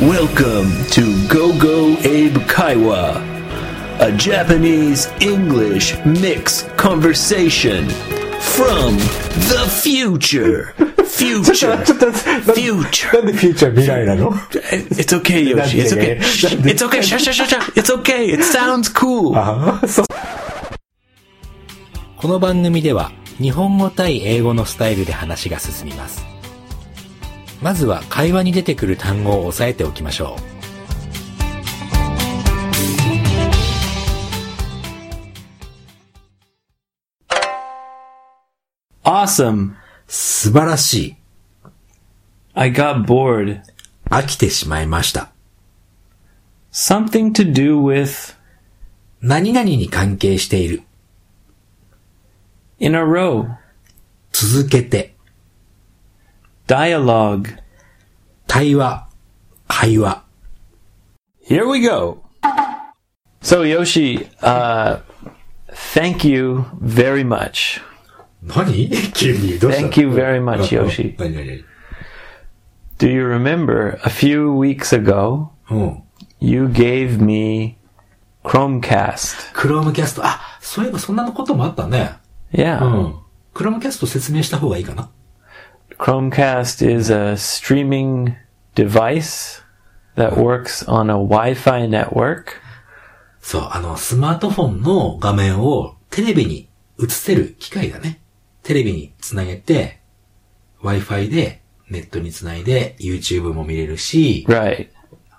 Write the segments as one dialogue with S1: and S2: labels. S1: Welcome to Gogo Abe Kaiwa, a Japanese English mix conversation from the future.
S2: ちょっ
S1: Future.
S2: と待って、ちょっと
S1: Future.
S2: なんでなんでフューチャー未来なの
S1: It's okay, Yoshi. It's okay. Shh, It's okay. Shh, shh, shh, shh. It's okay. It sounds cool.
S3: Ah.
S2: ああ、そう。
S3: この番組では日本語対英語のスタイルで話が進みます。まずは会話に出てくる単語を押さえておきましょ
S4: Awesome.
S3: う。素晴らしい。
S4: I got bored.
S3: 飽きてしまいました。
S4: Something to do with
S3: 何々に関係している。
S4: in a row.
S3: 続けて。
S4: Dialogue.
S3: 対話。会話。
S4: Here we go. So Yoshi, uh, thank you very much.
S3: 何急にどうした
S4: Thank you very much,
S3: うん
S4: Yoshi.
S3: 何何
S4: Do you remember a few weeks ago
S3: 何うん。
S4: you gave me Chromecast?
S3: クロームキャスト。あ、そういえばそんなこともあったね。
S4: Yeah.
S3: うん。クロームキャスト説明した方がいいかな
S4: Chromecast is a streaming device that works on a Wi-Fi network.
S3: そう、あの、スマートフォンの画面をテレビに映せる機械だね。テレビにつなげて、Wi-Fi でネットにつないで YouTube も見れるし、
S4: Right.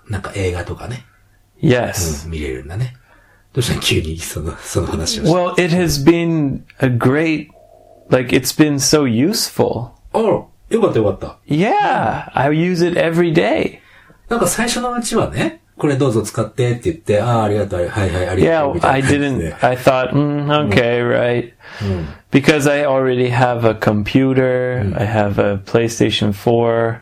S3: なんか映画とかね、
S4: Yes.
S3: うん見れるんだね。どうした急にその、その話をして。
S4: Well, it has been a great, like, it's been so useful.
S3: あら、よかったよかった。
S4: Yeah. I use it every day.
S3: なんか最初のうちはね、これどうぞ使ってって言って、ああ、ありがとう、はいはい、ありがと
S4: Yeah,
S3: う。みた
S4: I
S3: いな感じ で
S4: didn't. I thought, mm, okay, right. Because I already have a computer, I have a PlayStation 4,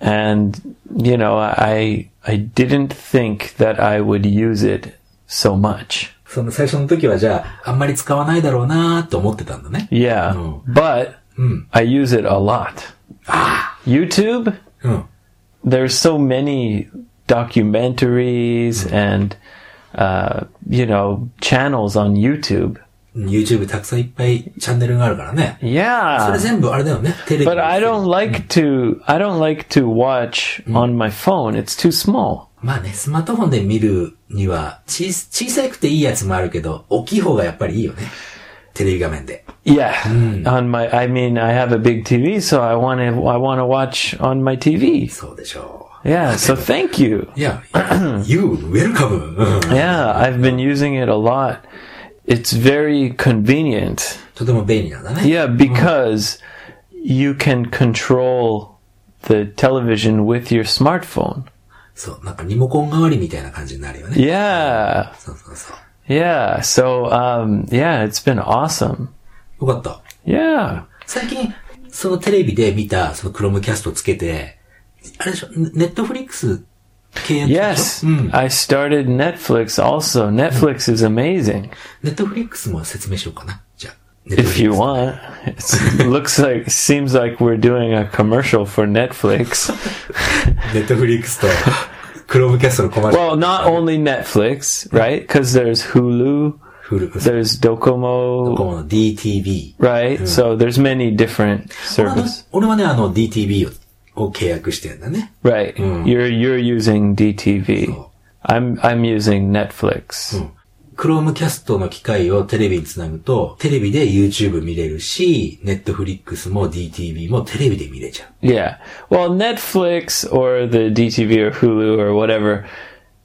S4: and, you know, I, I didn't think that I would use it so much.
S3: その最初の時はじゃあ、あんまり使わないだろうなーって思ってたんだね。
S4: Yeah.
S3: Oh.
S4: But
S3: Mm.
S4: I use it a lot. YouTube?
S3: うん。
S4: there's so many documentaries and uh, you know channels on YouTube.
S3: YouTube たくさんいっぱいチャンネルがあるからね。それ
S4: Yeah, Mm-hmm.
S3: 全部あれだよね、テレビ。
S4: but I don't like to. I don't like to watch on my phone. It's too small.
S3: まあね、スマートフォンで見るには、小さ小さくていいやつもあるけど、大きい方がやっぱりいいよね。テレビ画面で。
S4: Yeah, on my. I mean, I have a big TV, so I want to. I want to watch on my TV.
S3: そうでしょ
S4: Yeah. So thank you.
S3: う。い や、You welcome! うん
S4: Yeah, I've been using it a lot. It's very convenient.
S3: とても便利なんだね。
S4: Yeah, because you can control the television with your smartphone.
S3: そう、なんかリモコン代わりみたいな感じになるよね。
S4: Yeah,
S3: そうそうそう。
S4: yeah. So, um, yeah, it's been awesome.
S3: よかった。
S4: Yeah.
S3: 最近、そのテレビで見た、そのクロムキャストつけて、あれでしょ、ネットフリックス契約したでし
S4: Yes,
S3: ょうん。
S4: I started Netflix also. Netflix is amazing.
S3: ネットフリックスも説明しようかな。じゃあ。ネットフ
S4: If
S3: リッ
S4: you
S3: クス
S4: want, it looks like seems like we're doing a commercial for Netflix.
S3: ネットフリックスと、クロームキャストのコマーシャ
S4: Well, not ononly Netflix, right? Because there's Hulu,
S3: ル。フル、
S4: there's Docomo,
S3: この DTV。
S4: right? So there's many different
S3: 俺はね
S4: services.
S3: 俺はね、あの DTV をを契約してんだね。
S4: Right. You're you're using DTV.
S3: So-
S4: I'm I'm using Netflix.
S3: Hmm. クロームキャストの機械をテレビにつなぐと、テレビで YouTube 見れるし、ネットフリックスも DTV もテレビで見れちゃう。
S4: Yeah. Well, Netflix or the DTV or Hulu or whatever,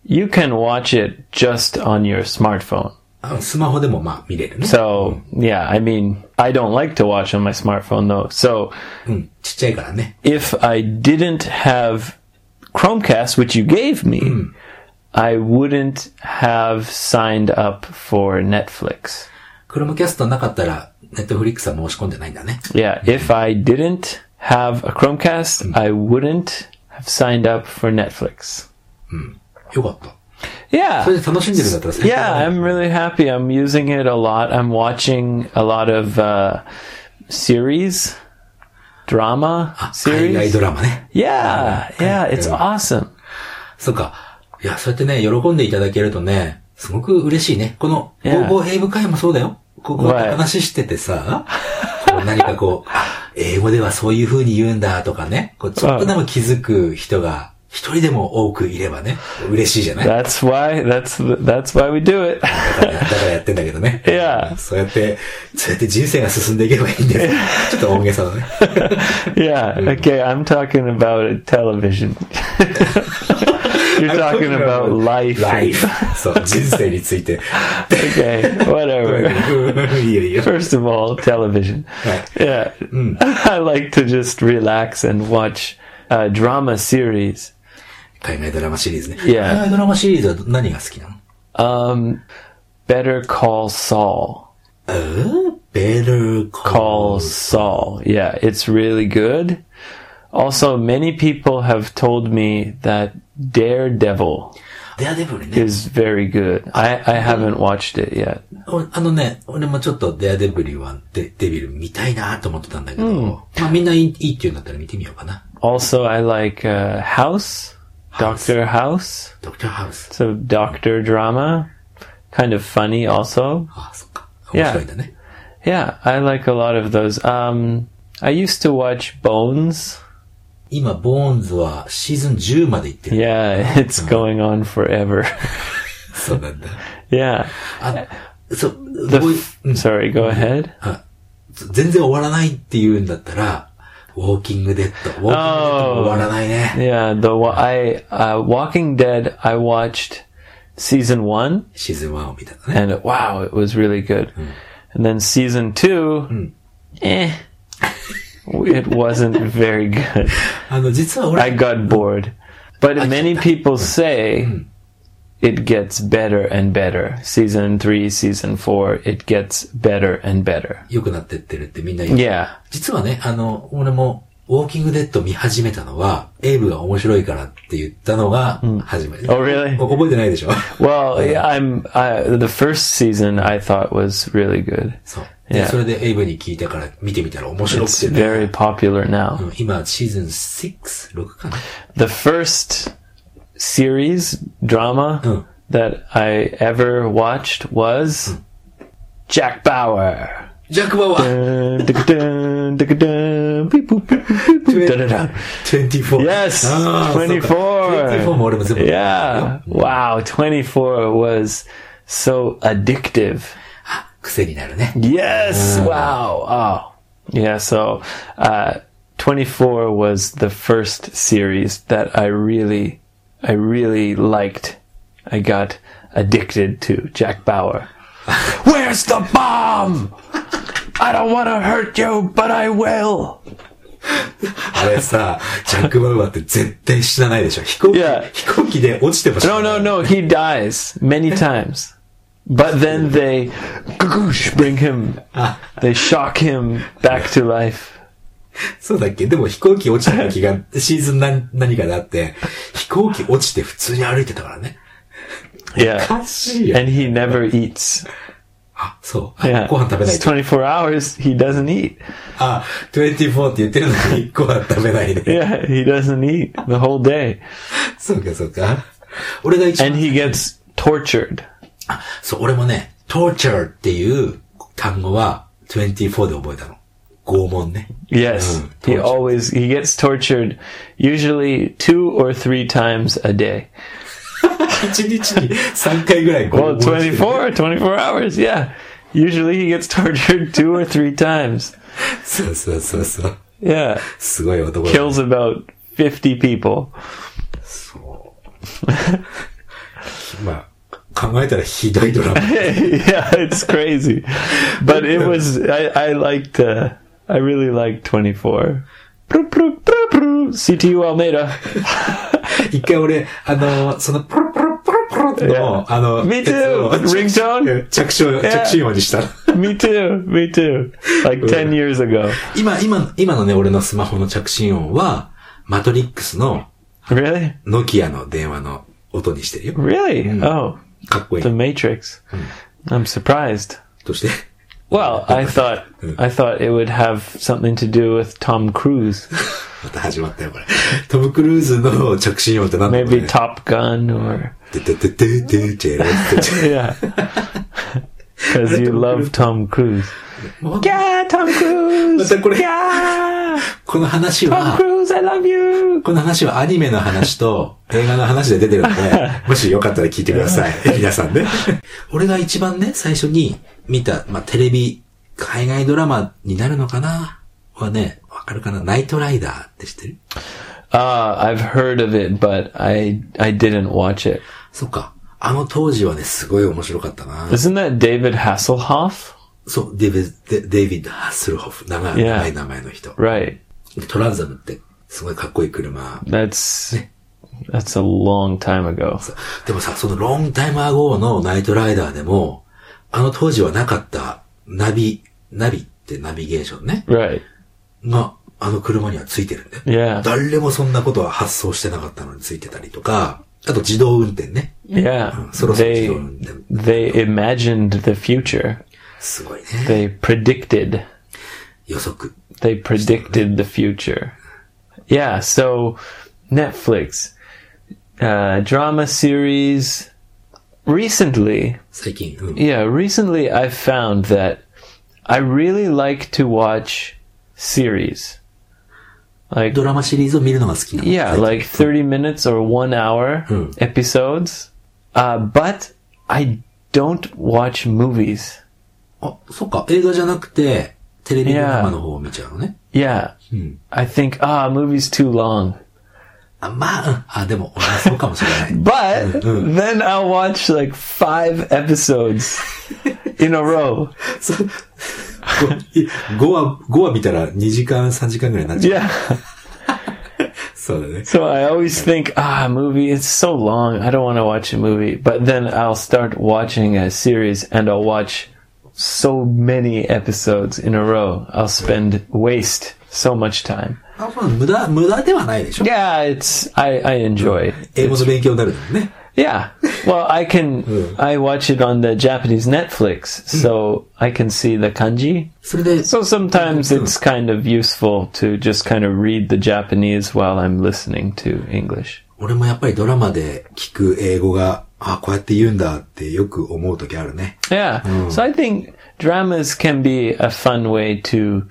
S4: you can watch it just on your smartphone.
S3: あのスマホでもまあ見れるね。
S4: So, yeah, I mean, I don't like to watch on my smartphone though. So,
S3: うん。ちっちゃいからね。
S4: if I didn't have Chromecast, which you gave me, I wouldn't have signed up for Netflix.
S3: クロームキャストなかったら、ネットフリックスは申し込んでないんだね。
S4: Yeah, if I didn't have a
S3: Mm.
S4: Chromecast, I wouldn't have signed up for Netflix.
S3: よかった。
S4: Yeah.
S3: それで楽しんでるんだったら最高だ
S4: Yeah,
S3: ね
S4: I'm really happy. I'm using it a lot. I'm watching a lot of uh, series. drama
S3: あ、海外
S4: series.
S3: ドラマね。
S4: Yeah, yeah, it's
S3: Yeah.
S4: awesome.
S3: そっか。いや、そうやってね、喜んでいただけるとね、すごく嬉しいね。この、
S4: Yeah.
S3: 高校英語会もそうだよ。ここ
S4: Right.
S3: 話しててさ、こう何かこう、あ英語ではそういう風に言うんだとかね、こうちょっとでも気づく人が一人でも多くいればね、嬉しいじゃないだ
S4: That's why that's that's why we do it.
S3: からだからやってんだけどね。
S4: Yeah.
S3: そうやって、そうやって人生が進んでいけばいいんです。ちょっと大げさだね。
S4: Yeah, okay, I'm talking about television. You're
S3: I'm
S4: talking about life.
S3: life. そう、人生について。
S4: Okay, whatever.
S3: いいよいいよ。
S4: First of all, television.
S3: Right.
S4: Yeah. I like to just relax and watch uh, drama series.
S3: 海外ドラマシリーズね。
S4: Yeah.
S3: 海外ドラマシリーズは何が好きなの
S4: Um, Better Call Saul.
S3: えー Better
S4: Call
S3: Call
S4: Saul. Yeah, it's really good. Also, many people have told me that Daredevil
S3: Daredevil ね。
S4: is very good. I, I haven't watched it yet.
S3: 俺あのね、俺もちょっと Daredevil はデデビル見たいなと思ってたんだけど、まあみんないいいいっていうんだったら見てみようかな。
S4: Also, I like uh, House, Doctor House.
S3: ドクターハウス。
S4: It's a doctor drama, kind of funny also.
S3: ああ、そっか。
S4: Yeah.
S3: 面白いんだね。
S4: Yeah, I like a lot of those. Um, I used to watch Bones.
S3: 今、ボーンズはシーズン10まで行ってる。
S4: Yeah, it's going on forever.
S3: そうなんだ。
S4: yeah.
S3: あ、そう、
S4: The
S3: ごい
S4: f- sorry, go ahead.
S3: あ全然終わらないって言うんだったら、ウォーキングデッド。ウォーキングデッドも終わらないね。
S4: Yeah, the wa- I uh, Walking Dead. I watched season one,
S3: シーズン1を見たのね。
S4: and wow, it was really good. And then season two, eh, it wasn't very good.
S3: あの、実は俺、
S4: I got bored. But many people say it gets better and better. Season three, season four, it gets better and better.
S3: 良くなってってるってみんな言う。
S4: Yeah.
S3: 実はね、あの、俺も、ウォーキングデッド見始めたのは、エイブが面白いからって言ったのが、初めて。
S4: Oh, really?
S3: お覚えてないでしょ
S4: Well, yeah, I'm. I, the first season I thought was really good.
S3: そう。で、
S4: Yeah.
S3: それでエイブに聞いたから見てみたら面白く
S4: It's
S3: てね。
S4: very popular now.
S3: うん今、シーズン 6?6 かな
S4: The first series drama
S3: Mm.
S4: that I ever watched was Jack Bauer.
S3: ジャック・バウアー
S4: Dun, dun, dun, dun, beep, boop, beep, boop, beep, dun, dun, dun.
S3: 24
S4: Yes,
S3: あーそうか24も俺も全部。
S4: Yeah. Wow, 24 was so addictive.
S3: あ癖になるね。
S4: Yes, wow. Oh. Yeah, so uh, 24 was the first series that I really I really liked. I got addicted to Jack Bauer. Where's the bomb? I don't want to hurt you, but I will.
S3: あれさ、ジャック・バウアーって絶対死なないでしょ飛行機、
S4: いや
S3: 飛行機で落ちても死
S4: No,
S3: なない。
S4: no, no. He dies many times. But then they goosh, bring him. They shock him back to life.
S3: そうだっけでも飛行機落ちた時が、シーズン何何かであって、飛行機落ちて普通に歩いてたからね。お
S4: Yeah.
S3: かしいよ。
S4: And he never eats.
S3: あ、そう。
S4: Yeah.
S3: ご飯食べない
S4: It's
S3: と。
S4: 24 hours. He doesn't eat.
S3: あ、24って言ってるのにご飯食べないで。
S4: Yeah, he doesn't eat the whole day.
S3: そうか、そうか。俺が一
S4: And
S3: 番、
S4: he gets tortured.
S3: あそう、俺もね、torture っていう単語は24で覚えたの。拷問ね。
S4: Yes.
S3: Mm,
S4: he
S3: tortured.
S4: always he gets tortured usually two or three times a day.
S3: 1日に3回ぐらい拷
S4: Well,
S3: 問してる
S4: 24, 24 hours, yeah. Usually he gets tortured two or three times.
S3: そうそうそうそう。
S4: Yeah.
S3: すごい男だ。
S4: kills about 50 people.
S3: そう。まあ、考えたらひどいドラマ。
S4: yeah, it's crazy. But it was, I, I liked, uh, I really liked 24. Proop, proop, proop, proop. CTU Almeida.
S3: 一回俺、あの、その、プルプルプルプルってのを
S4: Yeah.
S3: あの、
S4: Me too.
S3: 着信
S4: Ringtone?
S3: 着信音、着信音にした。
S4: me too, me too. Like 10 years ago.
S3: 今、今、今のね、俺のスマホの着信音は、マトリックスの、
S4: Really?
S3: ノキアの電話の音にしてるよ。
S4: Really? Oh,
S3: かっこいい
S4: Hmm. The。Matrix. I'm surprised.
S3: として、
S4: Well, I thought I thought it would have something to do with Tom Cruise.
S3: また始まったよ、これ。トム・クルーズの着信音ってなんだろう
S4: Maybe
S3: ね。
S4: Top Gun or
S3: ててててててて
S4: yeah. Because you love Tom Cruise.
S3: ま
S4: Tom Cruise.
S3: たこれ、
S4: Yeah,
S3: この話は、
S4: Cruise, I love you.
S3: この話はアニメの話 と映画の話で出てるので、もしよかったら聞いてください。皆さんね。 俺が一番ね、最初に見た、まあ、テレビ、海外ドラマになるのかなはね、わかるかなナイトライダーって知ってる
S4: Uh, I've heard of it, but I I didn't watch it.
S3: そっか。あの当時はね、すごい面白かったな。
S4: Isn't that David Hasselhoff?
S3: そう、デイビッド、デイビッド・ハッスルホフ。長い、
S4: Yeah.
S3: 長い名前の人。
S4: Right.
S3: トランザムって、すごいかっこいい車。
S4: That's that's a long time ago.
S3: でもさ、そのロングタイムアゴーのナイトライダーでも、あの当時はなかったナビ、ナビってナビゲーションね。
S4: Right.
S3: が、あの車にはついてるんだよ。
S4: Yeah.
S3: 誰もそんなことは発想してなかったのについてたりとか、あと自動運転ね。
S4: Yeah.
S3: そろそろ自動
S4: They
S3: 運転。
S4: they imagined the future.
S3: すごいね。
S4: They predicted.
S3: 予測。
S4: They predicted the future. Yeah. So Netflix uh, drama series. Recently,
S3: 最近、うん。
S4: Yeah, recently I found that I really like to watch series. Like
S3: ドラマシリーズを見るのが好きなの。
S4: yeah,
S3: 最近
S4: like 30 minutes or 1 hour
S3: Hmm.
S4: episodes. Uh, but I don't watch movies.
S3: あ、そっか。映画じゃなくて、テレビドラマの方を見ちゃうのね。
S4: Yeah. I think ah, movies too long.
S3: あ、まあ、うんあ、でも、俺はそうかもしれない。
S4: But then I'll watch like 5 episodes in a row.
S3: そう5話、5話見 たら2時間、3時間ぐらいになっちゃう。
S4: Yeah.
S3: そうだね。
S4: So I always think, ah, a movie, it's so long. I don't want to watch a movie. But then I'll start watching a series and I'll watch so many episodes in a row. I'll spend, waste so much time.
S3: あまあ無駄、無駄ではないでしょ。
S4: Yeah, it's, I, I enjoy it.
S3: 英語の勉強になるのもね。
S4: Yeah. Well, I can, I watch it on the Japanese Netflix, so I can see the kanji.
S3: それで、
S4: So sometimes it's kind of useful to just kind of read the Japanese while I'm listening to English.
S3: 俺もやっぱりドラマで聞く英語が、あ、こうやって言うんだってよく思う時あるね。
S4: Yeah. So I think dramas can be a fun way to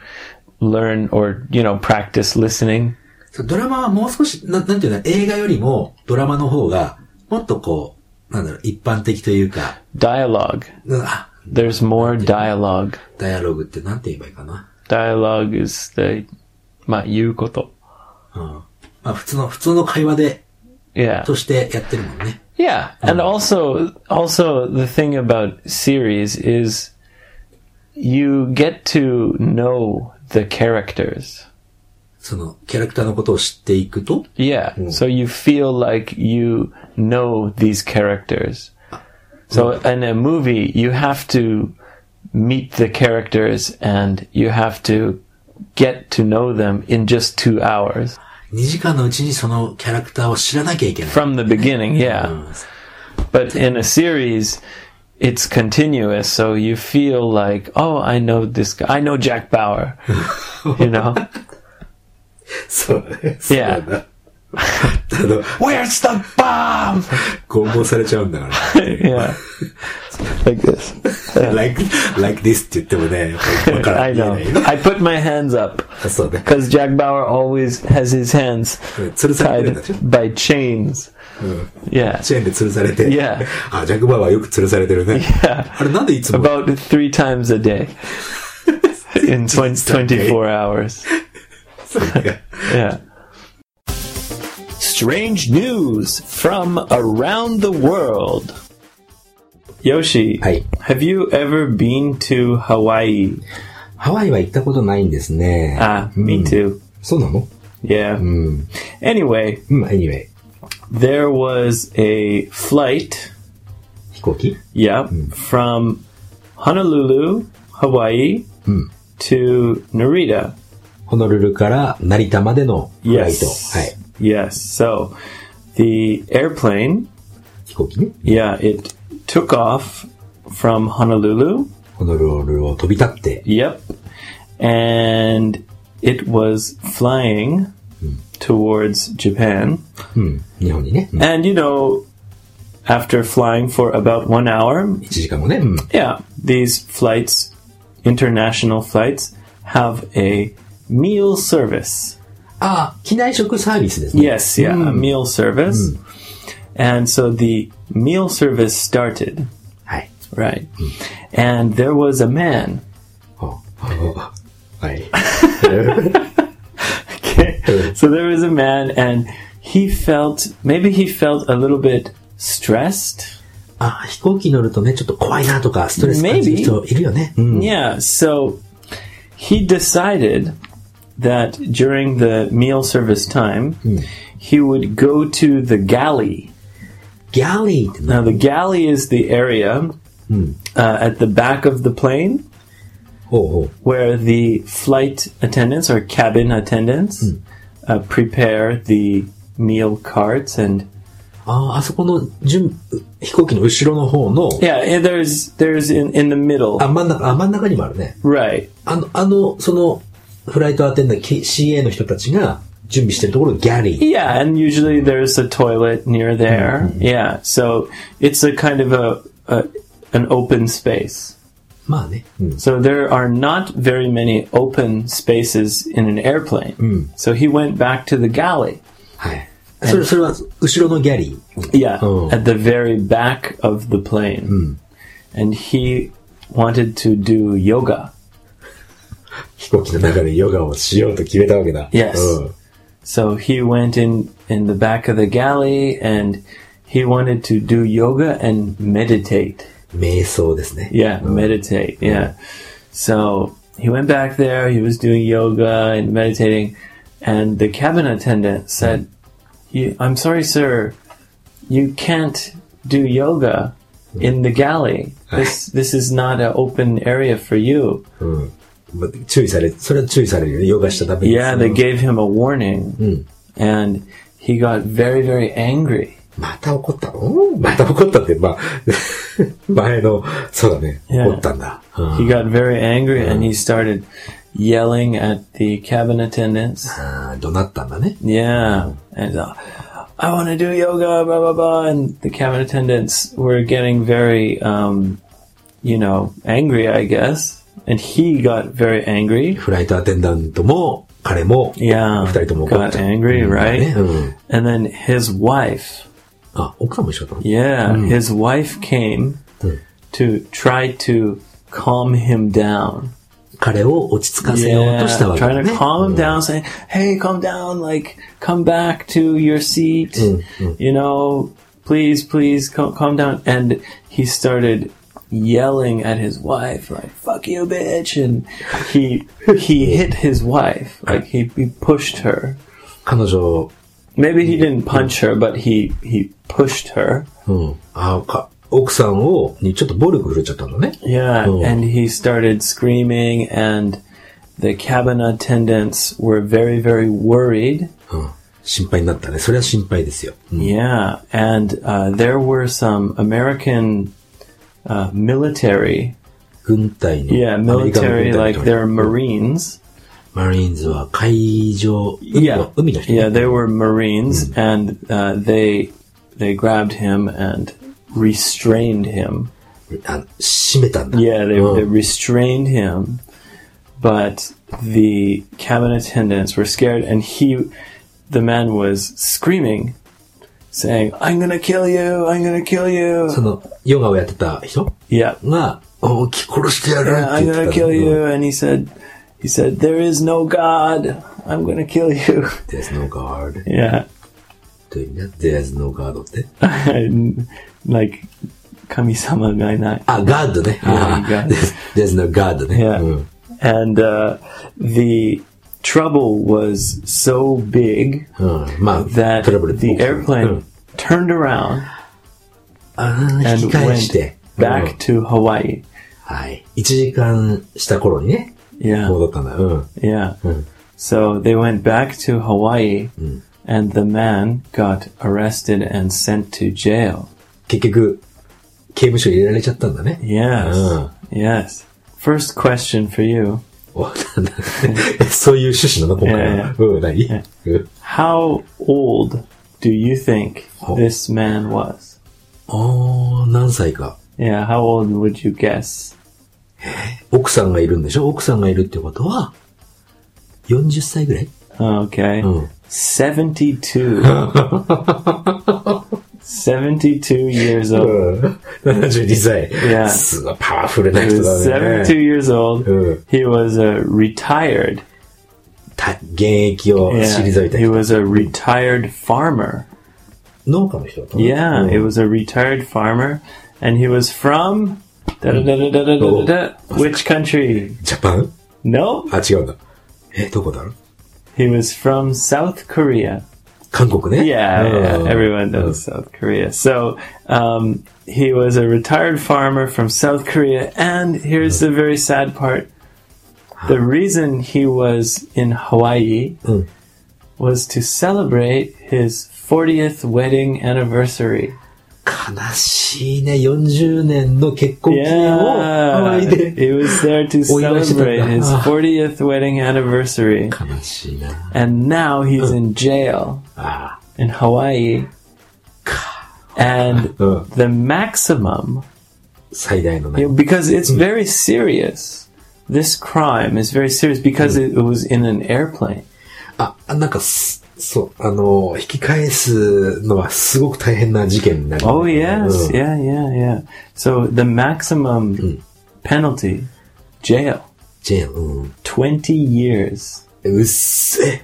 S4: learn or, you know, practice listening.
S3: そうドラマはもう少し、ななんていうの、映画よりもドラマの方が、もっとこう、なんだろう、一般的というか、
S4: Dialogue.
S3: うんあ、
S4: There's more dialogue.
S3: ダイアログってなんて言えばいいかな。
S4: Dialogue is the ma koto.
S3: うん。まあ普通の、普通の会話で、
S4: Yeah.
S3: としてやってるもんね。
S4: Yeah. And also also the thing about series is you get to know the characters.
S3: その、キャラクターのことを知っていくと、
S4: Yeah. So you feel like you know these characters. So in a movie, you have to meet the characters and you have to get to know them in just two hours
S3: 2時間のうちにそのキャラクターを知らなきゃいけない。
S4: from the
S3: う
S4: beginning. Yeah.
S3: ん
S4: But in a series, it's continuous. So you feel like, oh, I know this guy. I know Jack Bauer. you know?
S3: そうね。そうなんだ。あの、
S4: Where's the bomb?
S3: 拷問されちゃうんだか
S4: yeah. Like this.
S3: ら。like, like this って言ってもね、やっぱりわから
S4: I
S3: ん言え
S4: know.
S3: ないね。
S4: I put my hands up
S3: そうね。
S4: because Jack Bauer always has his hands
S3: 吊るされてるんだでしょ
S4: tied by chains. Yeah.
S3: チェーンで吊るされて。
S4: Yeah.
S3: あ、ジャック・バーはよく吊るされてるね。
S4: Yeah.
S3: あれなんでいつも
S4: About three times a day in 20, 24 hours.
S3: それが
S4: Yeah. Strange news from around the world. Yoshi,
S3: Hi.
S4: have you ever been to Hawaii?
S3: ハワイは行ったことないんですね。
S4: Ah, me too.
S3: そうなの
S4: Yeah. Anyway,
S3: うん、anyway。
S4: there was a flight
S3: 飛行機
S4: Yeah, from Honolulu, Hawaii, to Narita.
S3: ホノルルから成田までのフライト。
S4: Yes.
S3: はい。
S4: Yes. So the airplane,
S3: 飛行機ね。
S4: yeah, it took off from Honolulu
S3: ホノルルを飛び立って、
S4: Yep. And it was flying towards Japan.
S3: うん、日本にね、うん、1
S4: And you know, after flying for about one hour,
S3: 時間後ね、うん、
S4: yeah, these flights, international flights, have a meal service.
S3: ああ、機内食サービスですね。
S4: Yes, yeah, a meal service. And so the meal service started,
S3: はい。
S4: right? And there was a man.
S3: ほうほうはい。
S4: Okay. So there was a man, and he felt maybe he felt a little bit stressed.
S3: ああ、飛行機乗るとね、ちょっと怖いなとか、ストレス感じる人いるよね。うん。
S4: Yeah. So he decided that during the meal service time, he would go to the galley.
S3: ギャリーってな
S4: Now, the galley is the area uh, at the back of the plane
S3: ほうほう。
S4: where the flight attendants or cabin attendants uh, prepare the meal carts and
S3: ああ、あそこの準、飛行機の後ろの方の、
S4: yeah, and there's there's in in the middle.
S3: あ、真ん中、あ、真ん中にもあるね。
S4: Right.
S3: あの、あの、その、フライトアテンダー、K- CA の人たちが準備してるところのギャリー。
S4: Yeah, and usually there's a toilet near there. Yeah, so it's a kind of a, a an open space.
S3: まあね。うん。
S4: So there are not very many open spaces in an airplane. So he went back to the galley.
S3: はい。それ、それは、後ろのギャリー。
S4: Yeah,
S3: Oh.
S4: at the very back of the plane. And he wanted to do yoga.
S3: 飛行機の中でヨガをしようと決めたわけだ。
S4: Yes.
S3: うん。
S4: So he went in in the back of the galley and he wanted to do yoga and meditate.
S3: 瞑想ですね。
S4: Yeah, meditate. Yeah. So he went back there. He was doing yoga and meditating, and the cabin attendant said, you, "I'm sorry, sir, you can't do yoga in the galley. This this is not an open area for you."
S3: うん。まあ注意され、それは注意されるよね。ヨガしちゃダメです。
S4: Yeah, they gave him a warning, and he got very very angry.
S3: また怒ったのまた怒ったって、まあ、 前の、そうだね。
S4: Yeah.
S3: 怒ったんだ。うん
S4: He got very angry, and he started yelling at the cabin attendants.
S3: あー怒鳴ったんだね。
S4: Yeah. And uh, I want to do yoga, blah, blah, blah. And the cabin attendants were getting very, um, you know, angry, I guess. And he got very angry.
S3: フライトアテンダントも、彼も、
S4: Yeah.
S3: 二人とも怒っ
S4: Got
S3: た。Mm.
S4: angry,
S3: ね
S4: right?
S3: うん。
S4: And then his wife,
S3: あ、奥さんも一緒だったの
S4: yeah, his wife came
S3: Mm.
S4: to try to calm him down.
S3: 彼を落ち着かせ
S4: "Oh,
S3: ようとしたわけだ
S4: trying
S3: ね。
S4: to calm him down, saying, "Hey, calm down! Like, come back to your seat. You know, please, please, cal- calm down." And he started yelling at his wife, like "Fuck you, bitch!" And he he hit his wife, like he, he pushed her.
S3: 彼女、
S4: Maybe he didn't punch her, but he he pushed her.
S3: うん。あ、か、奥さんを、にちょっと暴力振るっちゃったのね。
S4: Yeah,
S3: Oh.
S4: and he started screaming, and the cabin attendants were very, very worried.
S3: うん。心配になったね。それは心配ですよ。うん
S4: Yeah, and uh, there were some American uh, military,
S3: 軍隊の、
S4: yeah,
S3: アメリカの
S4: military,
S3: 軍
S4: like
S3: 隊
S4: there
S3: の
S4: are
S3: 人
S4: Marines.
S3: マリーンズは海上、海
S4: Yeah,
S3: の、海の人。
S4: yeah, there were Marines, and uh, they they grabbed him and restrained him.
S3: あ閉めたんだ。
S4: Yeah, they,
S3: う
S4: they
S3: ん
S4: restrained him, but the cabin attendants were scared, and he, the man, was screaming, saying, "I'm gonna kill you! I'm gonna kill
S3: そ
S4: you!"
S3: の、ヨガをやってた人
S4: Yeah.
S3: が、おうき殺してやるっ
S4: Yeah,
S3: て
S4: I'm
S3: 言ってた
S4: gonna
S3: の
S4: kill
S3: うん
S4: you. And he said, he said, there is no God. I'm gonna kill you.
S3: There's no guard.
S4: Yeah.
S3: という意味だ There's no guard って。
S4: And, like, kamisama guy night.
S3: あ、ガードね。あ
S4: guard
S3: There's there's no guard ね。
S4: Yeah.
S3: うん
S4: And uh, the trouble was so big
S3: うんまあ、
S4: that
S3: トラブル
S4: the
S3: う
S4: airplane
S3: ん
S4: turned around
S3: あー引
S4: and
S3: き返し
S4: went
S3: て。うん
S4: back to Hawaii.
S3: はい。1時間した頃にね、
S4: Yeah.
S3: 戻ったんだ。うん。
S4: Yeah.
S3: Mm.
S4: So they went back to Hawaii. And the man got arrested and sent to jail.
S3: 結局、刑務所に入れられちゃったんだね。
S4: Yes.
S3: Ah.
S4: Yes. First question for you.
S3: わかんない えそういう趣旨なの今回は。うん、何、うん。
S4: How old do you think
S3: Oh.
S4: this man was?
S3: あー、何歳か。
S4: Yeah, how old would you guess?
S3: 奥さんがいるんでしょ奥さんがいるってことは、40歳ぐらい
S4: Okay.
S3: Oh.
S4: 72. 72 years old.
S3: うん。72歳。
S4: Yeah.
S3: すごいパワフルな
S4: He
S3: 人
S4: was
S3: だ
S4: 72
S3: ね。
S4: years old.
S3: Oh.
S4: He was a retired.
S3: た現役を
S4: Yeah,
S3: 退いた
S4: he
S3: 人。
S4: was a retired farmer.
S3: 農家の人だと思う
S4: Yeah,
S3: うん
S4: he was a retired farmer, and he was from da da da da da da
S3: Oh.
S4: da da. Which country?
S3: ジャパン
S4: No,
S3: あ、違うんだ。え、どこだろう
S4: he was from South Korea.
S3: 韓国ね。
S4: Yeah,
S3: うん
S4: yeah, everyone knows South Korea. So um, he was a retired farmer from South Korea, and here's the very sad part: the reason he was in Hawaii
S3: Mm.
S4: was to celebrate his 40th wedding anniversary.
S3: 悲しいね。40年の結婚記念をハワ
S4: Yeah,
S3: イで。
S4: he was there to
S3: お祝いしてたんだ
S4: celebrate his
S3: ああ
S4: 40th wedding anniversary,
S3: 悲しいな。
S4: and now he's in jail
S3: あ
S4: in Hawaii. And
S3: あ。うん。
S4: the maximum
S3: 最大のね
S4: you know, because it's very serious. This crime is very serious because it, it was in an airplane.
S3: あ、あなんかす、そう、あの、引き返すのはすごく大変な事件になる、
S4: Oh yes,
S3: うん
S4: yeah, yeah, yeah. So the maximum penalty, jail,
S3: ジェーン、うん。
S4: twenty years.
S3: えうっせ。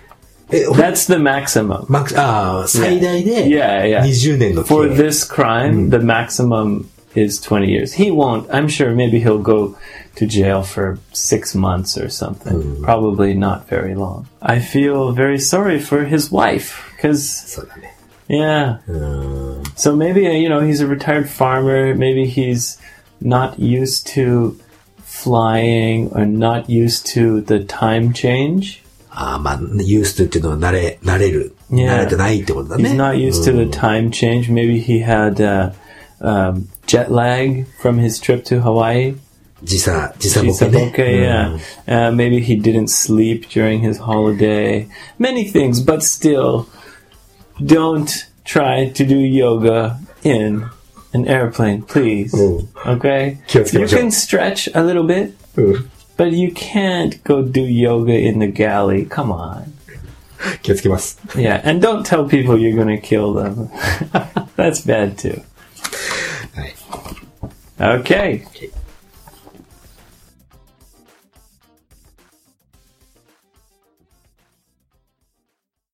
S3: え、ほん
S4: That's the maximum
S3: マックス、ああ、最大で
S4: Yeah, yeah.
S3: 20年の期
S4: for
S3: 限。
S4: this crime. The maximum is twenty years. He won't. I'm sure. Maybe he'll go to jail for six months or something. Probably not very long. I feel very sorry for his wife because
S3: そうだね。
S4: yeah.
S3: うーん。
S4: So maybe uh, you know he's a retired farmer. Maybe he's not used to flying or not used to the time change.
S3: ああ、まあ、ユーストっていうのは慣れ、慣れる。
S4: Yeah.
S3: 慣れてないってことだね。
S4: He's not used to the
S3: Mm.
S4: time change. Maybe he had uh, um, jet lag from his trip to Hawaii.
S3: 時差、時差ボケね。
S4: Okay,
S3: うん
S4: yeah. Uh, maybe he didn't sleep during his holiday. Many things, but still, don't try to do yoga in an airplane, please.
S3: Oh.
S4: Okay? You
S3: 気をつけましょう。
S4: can stretch a little bit,
S3: うん。
S4: but you can't go do yoga in the galley. Come on.
S3: 気をつけます。
S4: Yeah, and don't tell people you're going to kill them. That's bad too.
S3: Right.
S4: Okay.
S3: Okay.